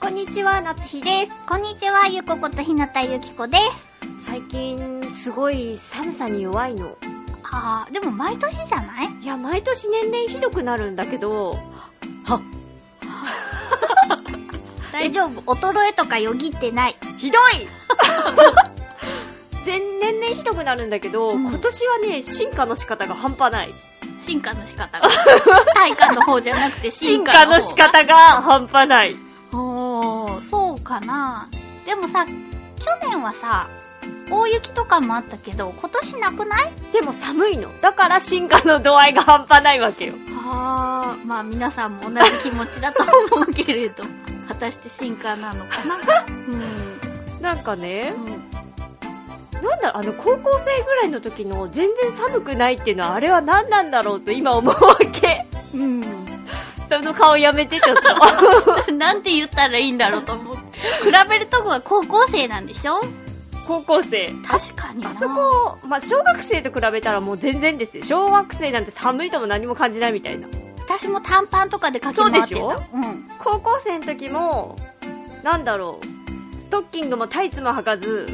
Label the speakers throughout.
Speaker 1: こんにちは夏日です
Speaker 2: こんにちはゆこことひなたゆきこです
Speaker 1: 最近すごい寒さに弱いの
Speaker 2: あーでも毎年じゃない
Speaker 1: いや毎年年々ひどくなるんだけどは
Speaker 2: 大丈夫衰えとかよぎってない
Speaker 1: ひどい 全年々ひどくなるんだけど、
Speaker 2: うん
Speaker 1: 今年はね進化の仕方が半端ない
Speaker 2: 進化の仕方 が退化の方じゃなくて
Speaker 1: 進
Speaker 2: 進
Speaker 1: 化
Speaker 2: 化
Speaker 1: の
Speaker 2: の
Speaker 1: 仕
Speaker 2: 方
Speaker 1: 方が半端ない
Speaker 2: おーそうかなでもさ去年はさ大雪とかもあったけど今年なくない
Speaker 1: でも寒いのだから進化の度合いが半端ないわけよ
Speaker 2: あーまあ皆さんも同じ気持ちだと思うけれど 果たして進化なのかなうん、
Speaker 1: なんかね
Speaker 2: うん、
Speaker 1: なんだろうあの高校生ぐらいの時の全然寒くないっていうのはあれは何なんだろうと今思うわけ
Speaker 2: うん。
Speaker 1: その顔やめてちょっ と
Speaker 2: なんて言ったらいいんだろうと思って。比べるとこが高校生なんでしょ
Speaker 1: 高校生
Speaker 2: 確かにな。
Speaker 1: あそこ、まあ、小学生と比べたらもう全然ですよ小学生なんて寒いとも何も感じないみたいな
Speaker 2: 私も短パンとかで駆け回ってた。
Speaker 1: そうでし
Speaker 2: うん。
Speaker 1: 高校生の時もなんだろうストッキングもタイツも履かず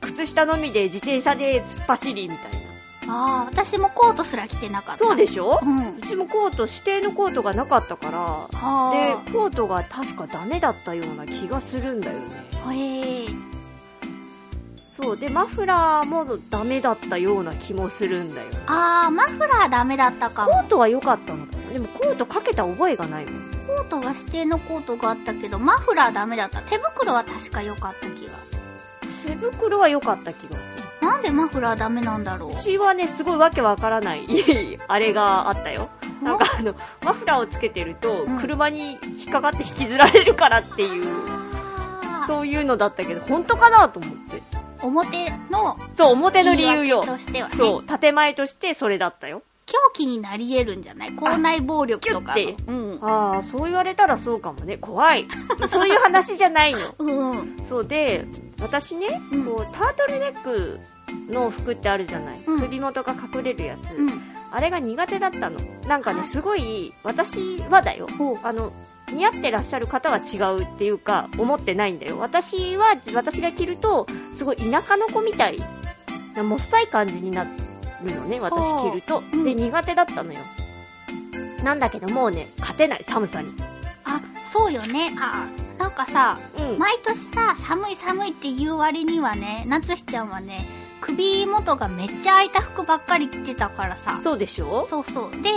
Speaker 1: 靴下のみで自転車で突っ走りみたいな
Speaker 2: ああ、私もコートすら着てなかった。
Speaker 1: そうでしょ
Speaker 2: う。
Speaker 1: うんちもコート指定のコートがなかったから
Speaker 2: あ
Speaker 1: で
Speaker 2: ー
Speaker 1: コートが確かダメだったような気がするんだよね
Speaker 2: へえ。
Speaker 1: そうでマフラーもダメだったような気もするんだよ
Speaker 2: ああ、マフラーダメだったか
Speaker 1: コ
Speaker 2: も。
Speaker 1: ートは良かったのかなでもコートかけた覚えがないもん
Speaker 2: コートは指定のコートがあったけど、マフラーダメだった。手袋は確か良かった気が。
Speaker 1: 手袋は良かった気がする
Speaker 2: なんでマフラーダメなんだろう
Speaker 1: う。ちはねすごいわけわからない あれがあったよなんかあのマフラーをつけてると
Speaker 2: うん
Speaker 1: 車に引っかかって引きずられるからっていう、
Speaker 2: あー
Speaker 1: そういうのだったけど本当かなと思って
Speaker 2: 表の
Speaker 1: そう表の理由
Speaker 2: 言い
Speaker 1: よ
Speaker 2: 訳としてはね。
Speaker 1: そう建前としてそれだったよ
Speaker 2: 狂気になり得るんじゃない校内暴力とか
Speaker 1: キュッ
Speaker 2: の。うん。
Speaker 1: ああそう言われたらそうかもね怖 いそういう話じゃないの
Speaker 2: うん。
Speaker 1: そうで私ね、
Speaker 2: うん
Speaker 1: こうタートルネックの服ってあるじゃない、
Speaker 2: うん
Speaker 1: 首元が隠れるやつ、
Speaker 2: うん。
Speaker 1: あれが苦手だったのなんか
Speaker 2: は
Speaker 1: ね
Speaker 2: い
Speaker 1: すごい私はだよ
Speaker 2: ほう。
Speaker 1: あの似合ってらっしゃる方は違うっていうか思ってないんだよ私は私が着るとすごい田舎の子みたいなもっさい感じになるのね私着ると、
Speaker 2: うん
Speaker 1: で苦手だったのよなんだけどもうね勝てない寒さに
Speaker 2: あ、そうよね。あーなんかさ、
Speaker 1: うん
Speaker 2: 毎年さ、寒い寒いって言う割にはね、夏日ちゃんはね、首元がめっちゃ空いた服ばっかり着てたからさ。
Speaker 1: そうでしょ
Speaker 2: そうそう。で、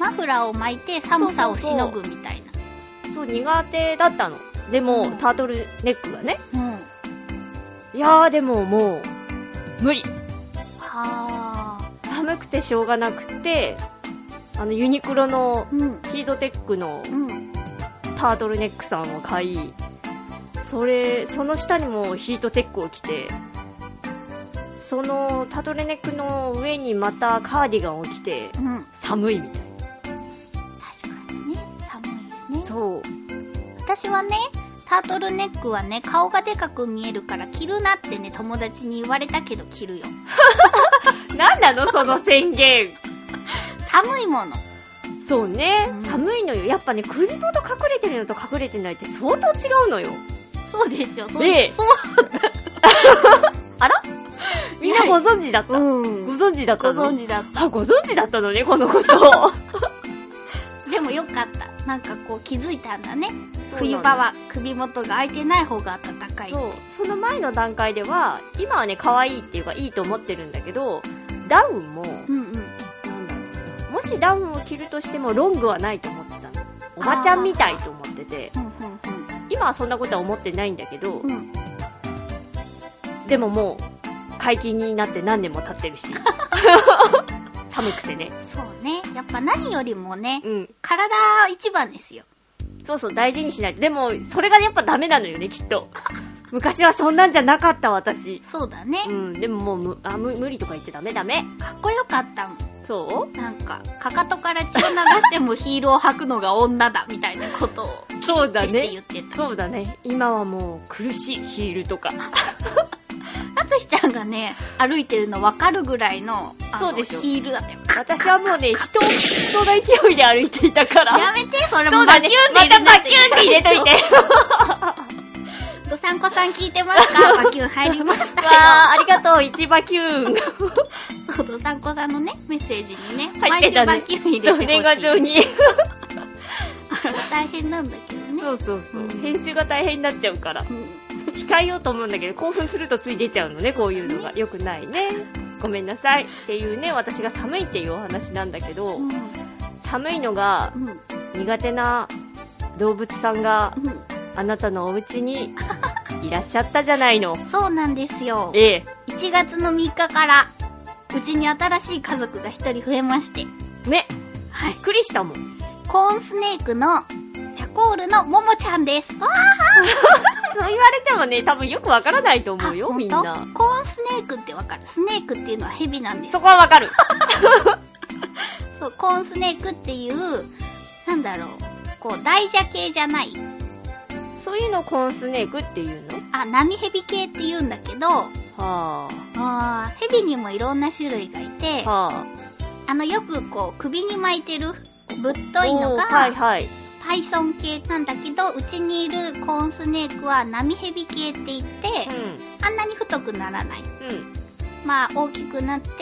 Speaker 2: マフラーを巻いて寒さをしのぐみたいな。
Speaker 1: そう苦手だったのでも、
Speaker 2: うん
Speaker 1: タートルネックがね
Speaker 2: うん。
Speaker 1: いやーでももう無理
Speaker 2: は
Speaker 1: 寒くてしょうがなくてあのユニクロの
Speaker 2: ー。うん。
Speaker 1: ヒートテックの
Speaker 2: うん。
Speaker 1: タートルネックさんを買いそれその下にもヒートテックを着てそのタートルネックの上にまたカーディガンを着て
Speaker 2: うん。
Speaker 1: 寒いみたい
Speaker 2: 確かにね。寒いよ
Speaker 1: な
Speaker 2: ね。
Speaker 1: そう
Speaker 2: 私はねタートルネックはね顔がでかく見えるから着るなってね友達に言われたけど着るよ
Speaker 1: 何なのその宣言
Speaker 2: 寒いもの
Speaker 1: そうね、
Speaker 2: うん
Speaker 1: 寒いのよやっぱね首元隠れてるのと隠れてないって相当違うのよ
Speaker 2: そうですよそう
Speaker 1: ねえ
Speaker 2: そう
Speaker 1: あらみんなご存知だった、
Speaker 2: うん
Speaker 1: ご存知だっ
Speaker 2: ご
Speaker 1: たの
Speaker 2: 存知だっ
Speaker 1: あご存知だったのねこのことを
Speaker 2: たでもよかったなんかこう気づいたんだね
Speaker 1: そう
Speaker 2: 冬場は首元が開いてない方が暖かい
Speaker 1: そうその前の段階では今はね可愛いっていうかいいと思ってるんだけどダウンも
Speaker 2: うんうん
Speaker 1: なんだろうもしダウンを着るとしてもロングはないと思ってたのおばちゃんみたいと思ってて
Speaker 2: うんうん
Speaker 1: 今はそんなことは思ってないんだけど、
Speaker 2: うんうん
Speaker 1: でももう解禁になって何年も経ってるし寒くてね
Speaker 2: そうね。やっぱ何よりもね
Speaker 1: う、ん
Speaker 2: 体一番ですよ。
Speaker 1: そうそう大事にしないとでもそれがやっぱダメなのよねきっと昔はそんなんじゃなかった私
Speaker 2: そうだね。
Speaker 1: うんでももうむあむ無理とか言っちゃダメダメ
Speaker 2: かっこよかったもん。
Speaker 1: そう
Speaker 2: なんか、かかとから血を流してもヒールを履くのが女だ、みたいなことを、
Speaker 1: そうだ
Speaker 2: 決して言
Speaker 1: ね
Speaker 2: ってた。
Speaker 1: そうだね今はもう苦しいヒールとか
Speaker 2: つひちゃんがね、歩いてるの分かるぐらいの、あの
Speaker 1: そうでしょ
Speaker 2: ヒールだったよ。
Speaker 1: 私はもうね人人の勢いで歩いていたから
Speaker 2: やめて、それ
Speaker 1: そ
Speaker 2: も
Speaker 1: う
Speaker 2: バ
Speaker 1: だ
Speaker 2: キューンで
Speaker 1: ねま
Speaker 2: 入れ
Speaker 1: た
Speaker 2: な
Speaker 1: バ
Speaker 2: きゃ
Speaker 1: キュンって入れといて
Speaker 2: いけないでしょ。どさんこさん聞いてますかバキューン入りました
Speaker 1: わ
Speaker 2: よ。
Speaker 1: あ、ありがとう、一バキューン。
Speaker 2: そうどさんこさんのね、メッセージにね、
Speaker 1: 入ってたね
Speaker 2: 毎週バキューン入
Speaker 1: そう、
Speaker 2: れ
Speaker 1: 年
Speaker 2: てほ
Speaker 1: 賀
Speaker 2: しい。
Speaker 1: 状に。
Speaker 2: あら大変なんだけどね。
Speaker 1: そうそうそうう。
Speaker 2: ん
Speaker 1: 編集が大変になっちゃうから。
Speaker 2: うん
Speaker 1: 控えようと思うんだけど、興奮するとつい出ちゃうのね、こういうのが。よくないね。ごめんなさい。っていうね、私が寒いっていうお話なんだけど、寒いのが
Speaker 2: うん。うん。
Speaker 1: 苦手な動物さんが
Speaker 2: うん。
Speaker 1: あなたのお家にいらっしゃったじゃないの。
Speaker 2: そうなんですよ。
Speaker 1: ええ。
Speaker 2: 1月の3日から、うちに新しい家族が1人増えまして、
Speaker 1: ね、
Speaker 2: はい
Speaker 1: びっ。くりしたもん。
Speaker 2: コーンスネークの、チャコールのももちゃんです。わあ
Speaker 1: そう言われてもね、多分よくわからないと思うよ、
Speaker 2: ほ
Speaker 1: みん
Speaker 2: と
Speaker 1: な。
Speaker 2: コーンスネークってわかるスネークっていうのはヘビなんです
Speaker 1: そこはわかる。
Speaker 2: そう、コーンスネークっていう、なんだろう、こう、大蛇系じゃない、
Speaker 1: そういうのをコーンスネークっていうの
Speaker 2: あ、波ヘビ系って言うんだけど、
Speaker 1: は
Speaker 2: あーヘビにもいろんな種類がいて
Speaker 1: あ、、は
Speaker 2: あの、よくこう、首に巻いてる、ぶっ
Speaker 1: あ。
Speaker 2: といの
Speaker 1: おーはい
Speaker 2: が、
Speaker 1: はい。
Speaker 2: パイソン系なんだけど、うちにいるコーンスネークは波ヘビ系って言って、
Speaker 1: う
Speaker 2: あんなに太くならない。
Speaker 1: ん。うん。
Speaker 2: まあ、大きくなって、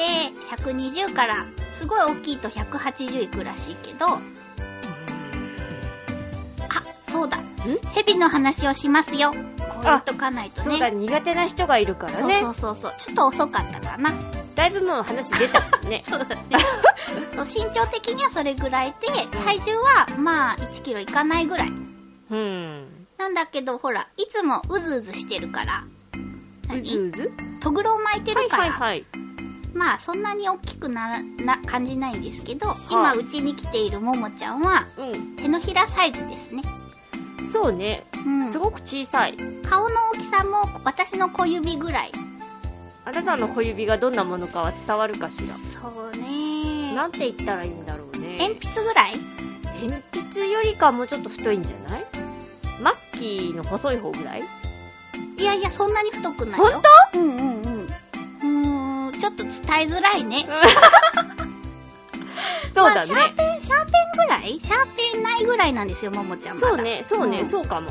Speaker 2: 120から、すごい大きいと180いくらしいけど、あ、そうだ。蛇の話をしますよ。こう言っとかないと
Speaker 1: そうだ、
Speaker 2: ね。
Speaker 1: 苦手な人がいるから
Speaker 2: そう
Speaker 1: ね。
Speaker 2: そうそうそう。ちょっと遅かったかな。。
Speaker 1: だいぶもう話出たもん ね
Speaker 2: そうだね。そう身長的にはそれぐらいで、
Speaker 1: ん
Speaker 2: 体重はまあ1キロいかないぐらい。
Speaker 1: うん。
Speaker 2: なんだけど、ほら、いつもうずうずしてるから。
Speaker 1: うず
Speaker 2: 何
Speaker 1: うず
Speaker 2: とぐろを巻いて
Speaker 1: は
Speaker 2: る
Speaker 1: い
Speaker 2: から、
Speaker 1: はいはい。
Speaker 2: まあそんなに大きくならな感じないんですけど、
Speaker 1: は
Speaker 2: 今
Speaker 1: いう
Speaker 2: ちに来ているももちゃんは
Speaker 1: う
Speaker 2: 手のひらサイズですね。
Speaker 1: ん。そうね。
Speaker 2: うん
Speaker 1: す。ごく小さい。
Speaker 2: 顔の大きさも私の小指ぐらい。
Speaker 1: あなたの小指がどんなものかは伝わるかし
Speaker 2: そう
Speaker 1: ら。
Speaker 2: ね
Speaker 1: なんて言ったらいいんだろうね。
Speaker 2: 鉛筆ぐらい
Speaker 1: 鉛筆よりかもうちょっと太いんじゃないマッキーの細い方ぐらい
Speaker 2: いやいや、そんなに太くないよ。
Speaker 1: 本
Speaker 2: 当うんうんうん。うーん、ちょっと伝えづらいね。
Speaker 1: そうだね。
Speaker 2: まあシャーペン、シャーペンぐらいシャーペンないぐらいなんですよ、ももちゃんまだ
Speaker 1: そう。ね、そうね、
Speaker 2: うん
Speaker 1: そうかも。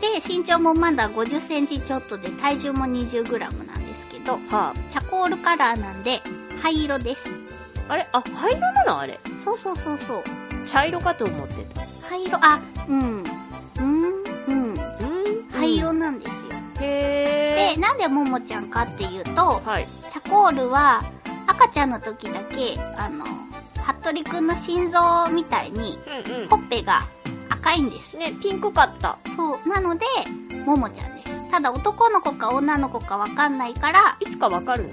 Speaker 2: で、身長もまだ50センチちょっとで、体重も20グラムなんですけど、
Speaker 1: は
Speaker 2: チャコールカラーなんで、灰色です。
Speaker 1: あ、あれあ、灰色なのあれ。
Speaker 2: そうそうそうそう。
Speaker 1: 茶色かと思ってた。
Speaker 2: 灰色、あ、うん。うーん、うん。
Speaker 1: うん
Speaker 2: 灰色なんですよ。
Speaker 1: へ
Speaker 2: で、なんでももちゃんかっていうと
Speaker 1: ー。、はい。
Speaker 2: チャコールは赤ちゃんの時だけあの服部くんの心臓みたいに
Speaker 1: うん
Speaker 2: ほっぺが赤いんです
Speaker 1: ね、ピンクかった。
Speaker 2: そうなのでももちゃんですただ男の子か女の子かわかんないから
Speaker 1: いつかわかるの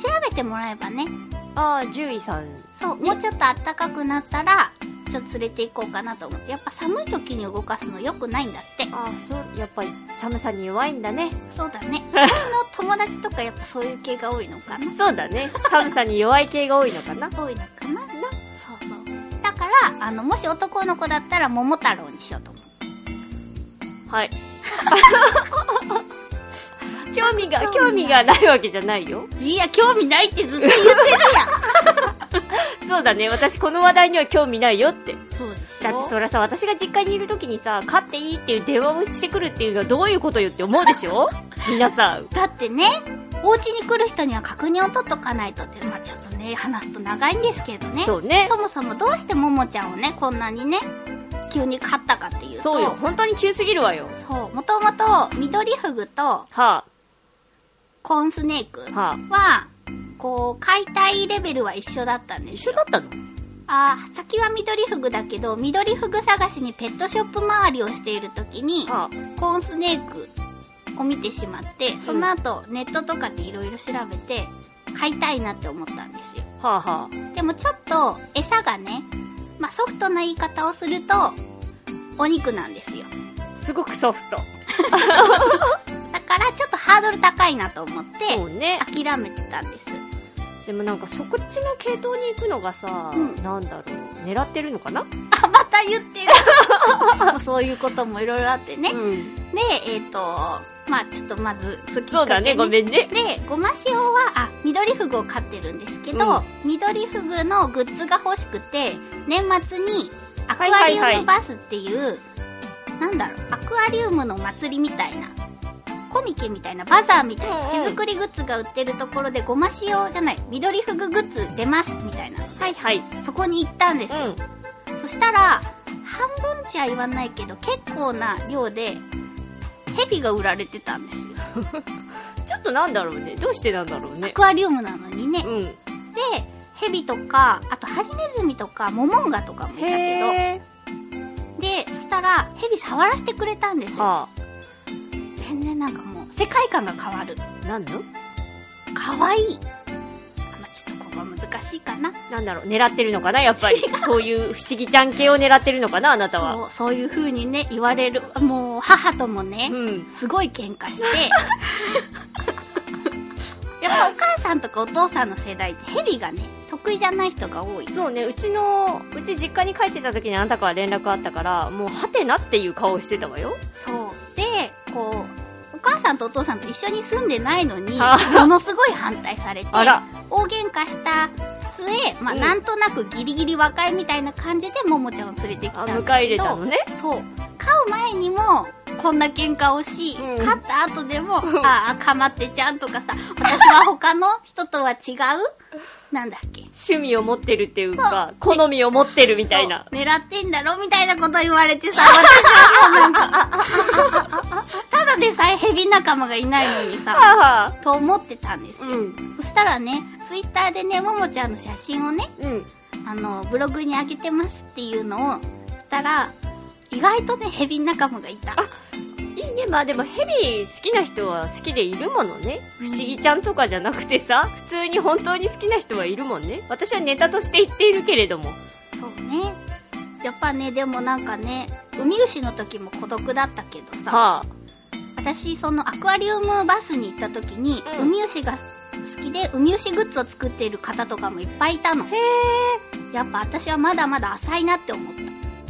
Speaker 2: 調べてもらえばね
Speaker 1: ああ、獣医さん。
Speaker 2: そう
Speaker 1: ね
Speaker 2: もうちょっと暖かくなったらちょっと連れて行こうかなと思ってやっぱ寒い時に動かすの良くないんだって
Speaker 1: ああ、そう、やっぱり寒さに弱いんだね。
Speaker 2: そうだ ね私の友達とかやっぱそういう系が多いのかな
Speaker 1: そうだね。寒さに弱い系が多いのかな。
Speaker 2: 多いのかなそうそうだからあのもし男の子だったら桃太郎にしようと思う
Speaker 1: はい。興味が、興味がないわけじゃないよ。
Speaker 2: いや、興味ないってずっと言ってるや
Speaker 1: そうだね。私この話題には興味ないよって。
Speaker 2: ん。 そうです
Speaker 1: だってそれさ、私が実家にいる時にさ、飼っていいっていう電話をしてくるっていうのはどういうことよって思うでし ょ皆さん。
Speaker 2: だってね、お家に来る人には確認を取っとかないとって、まあちょっとね、話すと長いんですけどね。
Speaker 1: そうね。
Speaker 2: そもそもどうしてももちゃんをね、こんなにね、急に飼ったかっていうと。
Speaker 1: そうよ。本当に急すぎるわよ。
Speaker 2: そう、もともと、緑フグと
Speaker 1: は
Speaker 2: コーンスネーク
Speaker 1: あ、はあ。
Speaker 2: は、こう、解体レベルは一緒だったんです
Speaker 1: 一緒
Speaker 2: よ。
Speaker 1: だったの
Speaker 2: あー先は緑フグだけど、緑フグ探しにペットショップ周りをしているときに、
Speaker 1: は
Speaker 2: コーンスネークを見てしまってその後ネットとかでいろいろ調べて買いたいなって思ったんですよ
Speaker 1: はあは
Speaker 2: でもちょっと餌がね、まあ、ソフトな言い方をするとお肉なんですよ
Speaker 1: あすごくソフト
Speaker 2: だからちょっとハードル高いなと思って
Speaker 1: そうね
Speaker 2: 諦めてたんです
Speaker 1: でもなんかそっちの系統に行くのがさ、
Speaker 2: うん
Speaker 1: なんだろう狙ってるのかな、
Speaker 2: あまた言ってる もうそういうこともいろいろあってね、
Speaker 1: うん、
Speaker 2: でえっ、とまあちょっとまず好き
Speaker 1: そうだねご
Speaker 2: ん
Speaker 1: めんね
Speaker 2: でごま塩はあ緑ふぐを飼ってるんですけど、緑ふぐのグッズが欲しくて年末にアクアリ
Speaker 1: はいは
Speaker 2: ウ
Speaker 1: いは
Speaker 2: ム
Speaker 1: い
Speaker 2: バスっていう、なんだろうアクアリウムの祭りみたいなコミケみたいなバザーみたいな
Speaker 1: うんうん
Speaker 2: 手作りグッズが売ってるところでごま塩じゃない緑ふぐグッズ出ますみたいな
Speaker 1: はいはい
Speaker 2: そこに行ったんですよ、
Speaker 1: うん
Speaker 2: そしたら半分じゃ言わないけど結構な量でヘビが売られてたんですよ
Speaker 1: ちょっとなんだろうねどうしてなんだろう
Speaker 2: ア
Speaker 1: ね
Speaker 2: クアリウムなのにね、
Speaker 1: うん
Speaker 2: でヘビとかあとハリネズミとかモモンガとかもいたけど
Speaker 1: へえ
Speaker 2: でそしたらヘビ触らせてくれたんですよ
Speaker 1: は
Speaker 2: 全然なんかもう世界観が変わる
Speaker 1: あなんの
Speaker 2: かわいいあまあちょっとここは難しいかな
Speaker 1: なんだろう狙ってるのかなやっぱりそういう不思議ちゃん系を狙ってるのかなあなたは
Speaker 2: そうそういう風にね言われるもう母ともね、
Speaker 1: うん
Speaker 2: すごい喧嘩して やっぱお母さんとかお父さんの世代ってヘビがね得意じゃない人が多い
Speaker 1: そうねうちのうち実家に帰ってた時にあなたから連絡あったからもうハテナっていう顔してたわよ
Speaker 2: そうでこうお母さんとお父さんと一緒に住んでないのに
Speaker 1: あ
Speaker 2: ものすごい反対されて
Speaker 1: あら
Speaker 2: 大喧嘩した末、まあ
Speaker 1: うん
Speaker 2: なんとなくギリギリ和解みたいな感じでももちゃんを連れてきた
Speaker 1: あ
Speaker 2: んだけ
Speaker 1: 迎え
Speaker 2: ど
Speaker 1: 入れたのね
Speaker 2: そう飼う前にもこんな喧嘩をし、
Speaker 1: うん
Speaker 2: 飼った後でも「ああかまってちゃん」とかさ私は他の人とは違うなんだっけ
Speaker 1: 趣味を持ってるっていうか好みを持ってるみたいな
Speaker 2: そう狙ってんだろみたいなこと言われてさ、私はもうなん か、ただでさえヘビ仲間がいないのにさ、
Speaker 1: はあ
Speaker 2: と思ってたんですよ。
Speaker 1: うん
Speaker 2: そしたらね、ツイッターでね、ももちゃんの写真をね、
Speaker 1: うん
Speaker 2: あの、ブログに上げてますっていうのを、したら、意外とね、ヘビ仲間がいた。
Speaker 1: いいねまあでもヘビ好きな人は好きでいるものね
Speaker 2: う
Speaker 1: 不
Speaker 2: ん
Speaker 1: 思議ちゃんとかじゃなくてさ普通に本当に好きな人はいるもんね私はネタとして言っているけれども
Speaker 2: そうね。やっぱね、でもなんかね、ウミウシの時も孤独だったけどさ、
Speaker 1: はあ
Speaker 2: 私そのアクアリウムバスに行った時に、
Speaker 1: うん
Speaker 2: ウミウシが好きでウミウシグッズを作っている方とかもいっぱいいたの
Speaker 1: へえ
Speaker 2: やっぱ私はまだまだ浅いなって思っ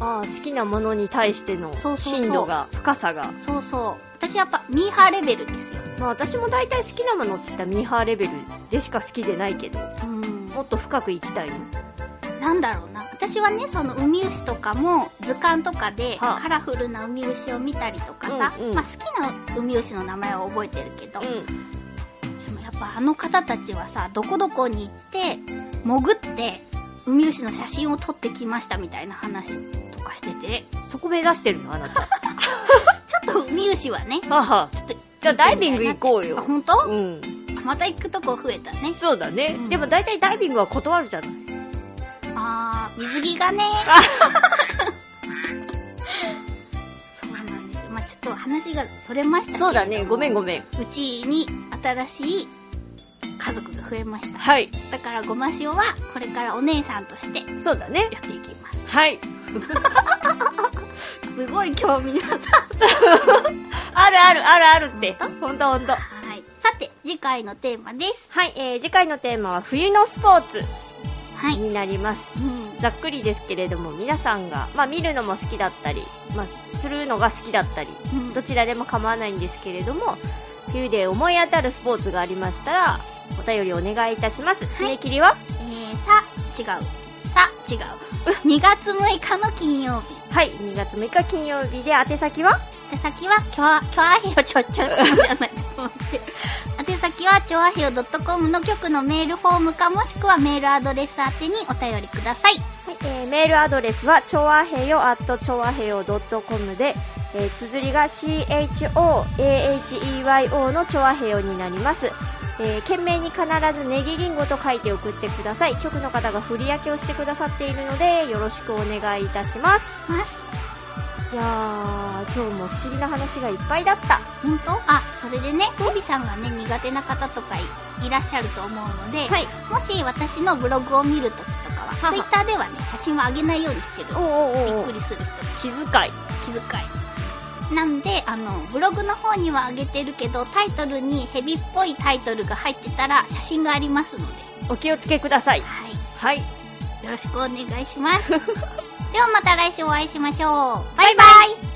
Speaker 1: ああ好きなものに対しての
Speaker 2: そうそうそう
Speaker 1: 深度が深さが
Speaker 2: たそうそう私やっぱミーハーレベルですよ
Speaker 1: まあ私も大体好きなものって言ったらミーハーレベルでしか好きでないけど
Speaker 2: うん
Speaker 1: もっと深く行きたいの
Speaker 2: なんだろうな私はねそのウミウシとかも図鑑とかで
Speaker 1: はあ
Speaker 2: カラフルなウミウシを見たりとかさ、
Speaker 1: うんうん
Speaker 2: まあ、好きなウミウシの名前は覚えてるけど、
Speaker 1: うん
Speaker 2: でもやっぱあの方たちはさどこどこに行って潜ってウミウシの写真を撮ってきましたみたいな話とかしてて
Speaker 1: そこ目指してるのあ なたは
Speaker 2: ちょっとウミウシはね
Speaker 1: あはあ
Speaker 2: ちょっと
Speaker 1: じゃあダイビング行こう
Speaker 2: あ
Speaker 1: よ
Speaker 2: 本当、
Speaker 1: うん
Speaker 2: また行くとこ増えたね
Speaker 1: そうだね、
Speaker 2: うん
Speaker 1: でも大体ダイビングは断るじゃない
Speaker 2: あー水着が ねそうなんですよまあちょっと話がそれましたけれども
Speaker 1: そうだねごめんごめん
Speaker 2: うちに新しい家族が増えました
Speaker 1: はい
Speaker 2: だからごま塩はこれからお姉さんとして
Speaker 1: そうだね
Speaker 2: やっていきます
Speaker 1: はい
Speaker 2: すごい興味があっ
Speaker 1: あるあるあるあるってほんとほんと
Speaker 2: たはいさて次回のテーマです
Speaker 1: はい、えー、次回のテーマは冬のスポーツ
Speaker 2: はい、
Speaker 1: になります
Speaker 2: うん、
Speaker 1: ざっくりですけれども皆さんが、まあ、見るのも好きだったり、まあ、するのが好きだったり
Speaker 2: うん
Speaker 1: どちらでも構わないんですけれども冬で思い当たるスポーツがありましたらお便りお願いいたします締
Speaker 2: い
Speaker 1: め切りは
Speaker 2: えー、さ違うさ違 う2月6日の金曜日
Speaker 1: はい、2月6日金曜日で宛先は
Speaker 2: 宛先は、きょあ、きょあひよちょちょ、ちょじゃない、ちょっと待 って。宛先は、ちょあひよ .com の局のメールフォームか、もしくはメールアドレス宛てにお便りください。
Speaker 1: はい、えーメールアドレスは、ちょわへよ at ちょわへよ .com で、えー、綴りが CHOAHEYO のちょわへよになります。えー、懸命に必ずネギリンゴと書いて送ってください。局の方が振り分けをしてくださっているので、よろしくお願いいたします。
Speaker 2: ます。
Speaker 1: いやー、今日も不思議な話がいっぱいだった。
Speaker 2: 本当あ、それでね、エビさんがね、苦手な方とかいいらっしゃると思うので、
Speaker 1: はい。
Speaker 2: もし私のブログを見るときとかは、
Speaker 1: はは
Speaker 2: ツイッターではね、写真は上げないようにしてる。
Speaker 1: おお
Speaker 2: び
Speaker 1: お
Speaker 2: っ
Speaker 1: お
Speaker 2: くりする人
Speaker 1: 気遣い。
Speaker 2: 気遣いなんであのブログの方には上げてるけどタイトルにヘビっぽいタイトルが入ってたら写真がありますので、
Speaker 1: お気をつけください。
Speaker 2: はい、
Speaker 1: はい。
Speaker 2: よろしくお願いしますではまた来週お会いしましょうバイバイ